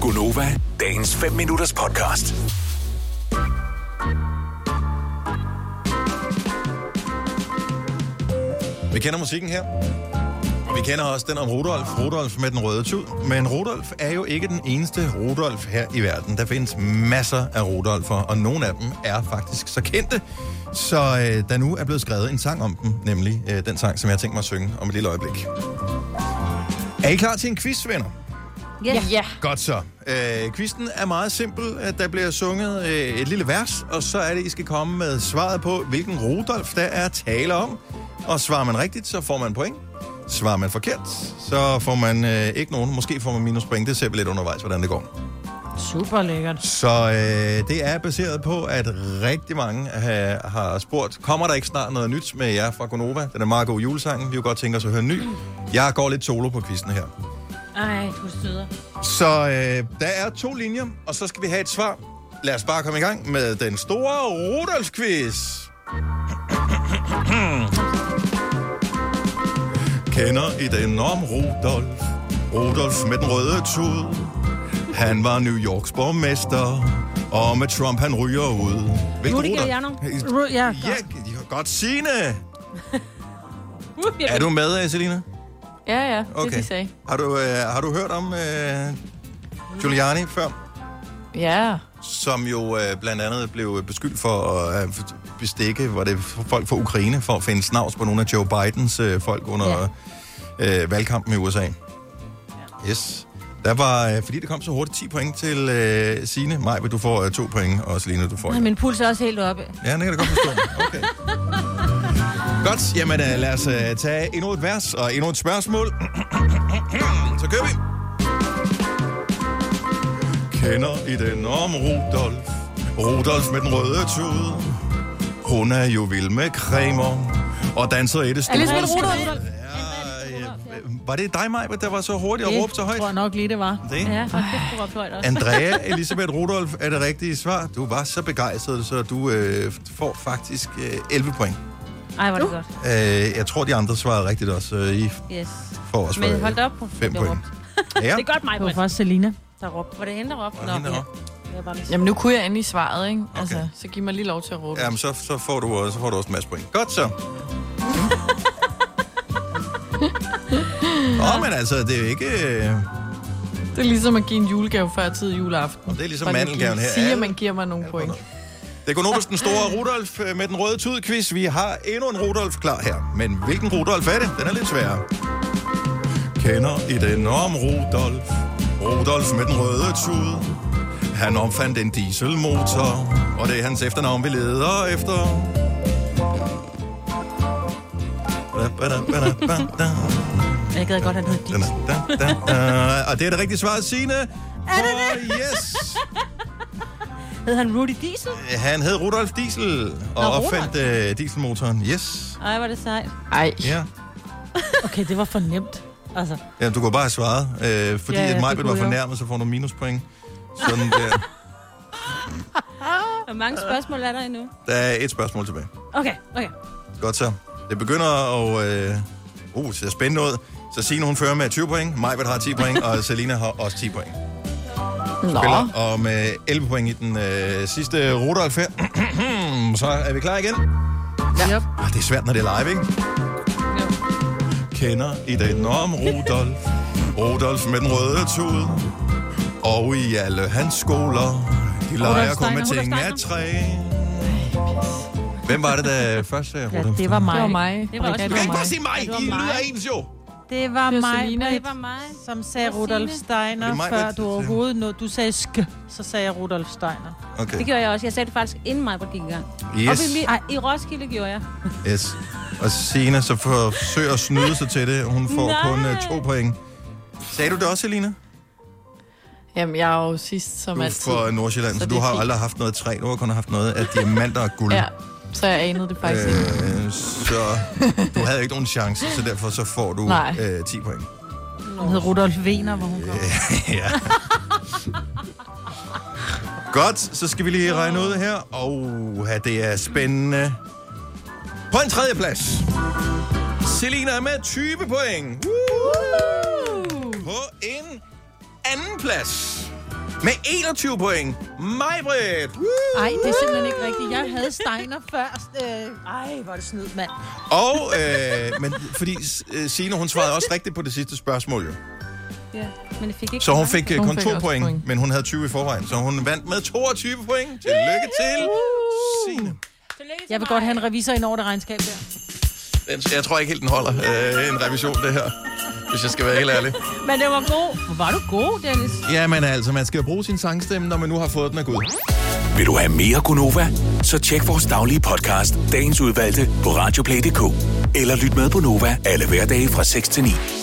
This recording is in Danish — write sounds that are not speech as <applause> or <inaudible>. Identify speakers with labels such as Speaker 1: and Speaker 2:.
Speaker 1: Gunova, dagens 5 minutters podcast.
Speaker 2: Vi kender musikken her. Vi kender også den om Rudolf. Rudolf med den røde tud. Men Rudolf er jo ikke den eneste Rudolf her i verden. Der findes masser af Rudolfer, og nogle af dem er faktisk så kendte. Så øh, der nu er blevet skrevet en sang om dem, nemlig øh, den sang, som jeg har tænkt mig at synge om et lille øjeblik. Er I klar til en quiz, venner?
Speaker 3: Ja. ja.
Speaker 2: Godt så. Øh, quizzen er meget simpel. Øh, Der bliver sunget øh, et lille vers, og så er det, I skal komme med svaret på, hvilken Rudolf der er tale om. Og svarer man rigtigt, så får man point. Svarer man forkert, så får man øh, ikke nogen. Måske får man minuspoint. Det ser vi lidt undervejs, hvordan det går.
Speaker 3: Super lækkert.
Speaker 2: Så øh, det er baseret på, at rigtig mange øh, har spurgt, kommer der ikke snart noget nyt med jer fra Gonova? Den er meget god julesang. Vi kunne godt tænke os at høre en ny. Jeg går lidt solo på quizzen her.
Speaker 3: Ej, du er søder.
Speaker 2: Så øh, der er to linjer, og så skal vi have et svar. Lad os bare komme i gang med den store Rudolf-quiz. <clears throat> Kender I den om Rudolf? Rudolf med den røde tud. Han var New Yorks borgmester, og med Trump han ryger ud. Hvilken
Speaker 3: Rudi
Speaker 2: Rudolf?
Speaker 3: Giuliano. Ru- ja,
Speaker 2: Ja,
Speaker 3: godt.
Speaker 2: godt. godt Signe.
Speaker 3: Uh,
Speaker 2: Er du med, Selina?
Speaker 4: Ja, ja, det okay. de sagde.
Speaker 2: Har du, øh, har du hørt om øh, Giuliani før?
Speaker 4: Ja,
Speaker 2: som jo øh, blandt andet blev beskyldt for at øh, bestikke, hvor det er folk fra Ukraine, for at finde snavs på nogle af Joe Bidens øh, folk under ja. øh, valgkampen i USA. Yes. Der var, øh, fordi det kom så hurtigt, 10 point til øh, Signe. Maj, du får øh, 2 point, og Selina, du får
Speaker 3: Ej,
Speaker 2: 1.
Speaker 3: min puls er også helt oppe.
Speaker 2: Ja, det kan jeg da godt forstå. Okay. godt, jamen øh, lad os øh, tage endnu et vers og endnu et spørgsmål. <clears throat> Så kører vi. Kender I den om Rudolf? Rudolf med den røde tude. Hun er jo vild med cremer og danser i det store.
Speaker 3: Alice med Rudolf.
Speaker 2: Ja, øh, Var det dig, Maj, der var så hurtig og råbte så højt?
Speaker 3: tror jeg nok lige, det var.
Speaker 2: Det.
Speaker 3: Ja, faktisk du råbte højt også. <laughs>
Speaker 2: Andrea Elisabeth Rudolf er det rigtige svar. Du var så begejstret, så du øh, får faktisk øh, 11 point.
Speaker 3: Ej, var det godt.
Speaker 2: Øh, jeg tror, de andre svarede rigtigt også. Øh, I
Speaker 3: Yes.
Speaker 2: får også
Speaker 3: Men hold da op, hun
Speaker 2: 5
Speaker 3: blev
Speaker 2: point. Ja,
Speaker 3: <laughs> Det er godt mig,
Speaker 5: Det var
Speaker 3: Britt,
Speaker 5: faktisk Selina.
Speaker 3: der råbte. Var det hende, der råbte?
Speaker 2: og hende
Speaker 3: ja.
Speaker 2: også.
Speaker 3: Jeg var lige-
Speaker 4: jamen nu kunne jeg endelig svaret, ikke? Altså,
Speaker 2: Okay.
Speaker 4: så giv mig lige lov til at råbe.
Speaker 2: Jamen, så, så, får du, også- så får du også en masse point. Godt
Speaker 3: <laughs>
Speaker 2: så. Nå, men altså, det er jo ikke... øh,
Speaker 4: Det er ligesom at give en julegave før tid juleaften.
Speaker 2: Og det er ligesom
Speaker 4: Bare lige
Speaker 2: mandelgaven her.
Speaker 4: Sige, at
Speaker 2: Alle-
Speaker 4: man giver mig nogle point.
Speaker 2: Det er Gunovas den store Rudolf øh, med den røde tudquiz. Vi har endnu en Rudolf klar her. Men hvilken Rudolf er det? Den er lidt sværere. Kender I den om Rudolf? Rudolf med den røde tud. Han opfandt en dieselmotor, og det er hans efternavn, vi leder efter. Ba, ba, da, ba, da, ba, da.
Speaker 3: Jeg gad godt, han hed
Speaker 2: Da,
Speaker 3: Dick.
Speaker 2: da, da, da. Og det er det rigtige svar, Signe. Er det det? Yes!
Speaker 3: Hed han Rudy Diesel?
Speaker 2: Øh, Han hed Rudolf Diesel og
Speaker 3: Nå,
Speaker 2: opfandt øh, dieselmotoren. Yes.
Speaker 3: Ej, var det sejt.
Speaker 4: Ej,
Speaker 2: Ja.
Speaker 5: Okay, det var for nemt.
Speaker 3: Altså,
Speaker 2: ja du kunne bare have svaret. Øh, fordi
Speaker 4: Ja,
Speaker 2: ja,
Speaker 4: ja,
Speaker 2: ja, at
Speaker 4: det
Speaker 2: Majbet var
Speaker 4: kunne jeg.
Speaker 2: fornærmet, så får du minuspoint. Sådan
Speaker 4: <laughs>
Speaker 2: der.
Speaker 3: hvor mange spørgsmål er der endnu?
Speaker 2: Der er et spørgsmål tilbage.
Speaker 3: Okay, okay.
Speaker 2: Godt så. Det begynder at... Øh, uh, se spændende ud. Så Signe, hun fører med 20 point. Majbet har 10 point, og Selina har også 10 point.
Speaker 4: nå.
Speaker 2: Spiller, og med 11 point i den øh, sidste Rudolf her. <clears throat> så er vi klar igen.
Speaker 3: Ja.
Speaker 2: Ah, det er svært, når det er live, ikke? Kender i den om Rudolf. Rudolf med den røde tud. Og i alle hans skoler. De leger kun med
Speaker 3: Steiner,
Speaker 2: ting af
Speaker 3: Rudolf
Speaker 2: træ. Hvem var det, der først sagde Rudolf?
Speaker 5: Det var mig.
Speaker 4: Det var mig.
Speaker 3: Det var også
Speaker 4: Brigitte,
Speaker 2: Du kan ikke
Speaker 4: mig.
Speaker 2: bare sige mig.
Speaker 3: Ja, det var
Speaker 2: I lyder
Speaker 3: mig.
Speaker 2: ens jo.
Speaker 5: Det var
Speaker 4: Det var
Speaker 5: mig,
Speaker 4: Selina.
Speaker 5: Britt,
Speaker 3: Det var mig.
Speaker 5: som sagde
Speaker 3: Det var
Speaker 5: Rudolf
Speaker 3: Signe.
Speaker 5: Steiner,
Speaker 2: Det er mig,
Speaker 5: før
Speaker 2: Britt,
Speaker 5: du
Speaker 2: der sagde.
Speaker 5: overhovedet nåede. Du sagde sk, så sagde jeg Rudolf Steiner.
Speaker 2: Okay.
Speaker 3: Det gjorde jeg også. Jeg sagde det faktisk, inden mig gik i gang. Yes.
Speaker 2: Yes,
Speaker 3: Oppe i, mi- i Roskilde gjorde jeg.
Speaker 2: yes. Og Sina så forsøger at snyde sig til det. Hun får
Speaker 3: Nej.
Speaker 2: kun uh, to point. Sagde du det også, Elina?
Speaker 4: Jamen, jeg er jo sidst som
Speaker 2: Du er
Speaker 4: altid.
Speaker 2: fra Nordsjælland, så,
Speaker 4: Så
Speaker 2: så
Speaker 4: det
Speaker 2: du
Speaker 4: er
Speaker 2: har
Speaker 4: fint.
Speaker 2: aldrig haft noget træ. Du har kun haft noget af diamanter og guld.
Speaker 4: Ja, så jeg anede det faktisk øh. ikke.
Speaker 2: Øh, så du havde ikke nogen chance, så derfor så får du
Speaker 4: Nej.
Speaker 2: øh, 10 point.
Speaker 5: Hun hed Rudolf Wiener, hvor hun kom.
Speaker 2: ja. Godt, så skal vi lige regne ud her. Og det er spændende. På en tredje plads. Selina er med 20 point. Woo! På en anden plads. med 21 point. Majbrit!
Speaker 5: Nej, det er simpelthen ikke rigtigt. Jeg havde Steiner først. Øh, Ej, hvor er det snyd, mand.
Speaker 2: Og, øh, men fordi øh, Signe, hun svarede også rigtigt på det sidste spørgsmål, jo.
Speaker 3: Ja, men jeg fik ikke
Speaker 2: Så hun
Speaker 3: mange.
Speaker 2: fik øh,
Speaker 4: Hun
Speaker 2: kun
Speaker 4: fik
Speaker 2: to
Speaker 4: også
Speaker 2: point,
Speaker 4: point.
Speaker 2: men hun havde 20 i forvejen, så hun vandt med 22 point. Tillykke til Signe.
Speaker 3: Tillykke til
Speaker 5: Jeg vil
Speaker 3: mig.
Speaker 5: godt have en revisor ind over det regnskab der.
Speaker 2: Den- Jeg tror ikke helt, den holder øh, en revision, det her. Hvis jeg skal være helt ærlig.
Speaker 3: Men det var god.
Speaker 5: Hvor var du god, Dennis?
Speaker 2: Ja, men altså, man skal jo bruge sin sangstemme, når man nu har fået den af Gud.
Speaker 1: Vil du have mere Gunova? Så tjek vores daglige podcast, dagens udvalgte, på radioplay.dk. Eller lyt med på Nova alle hverdage fra 6 til 9.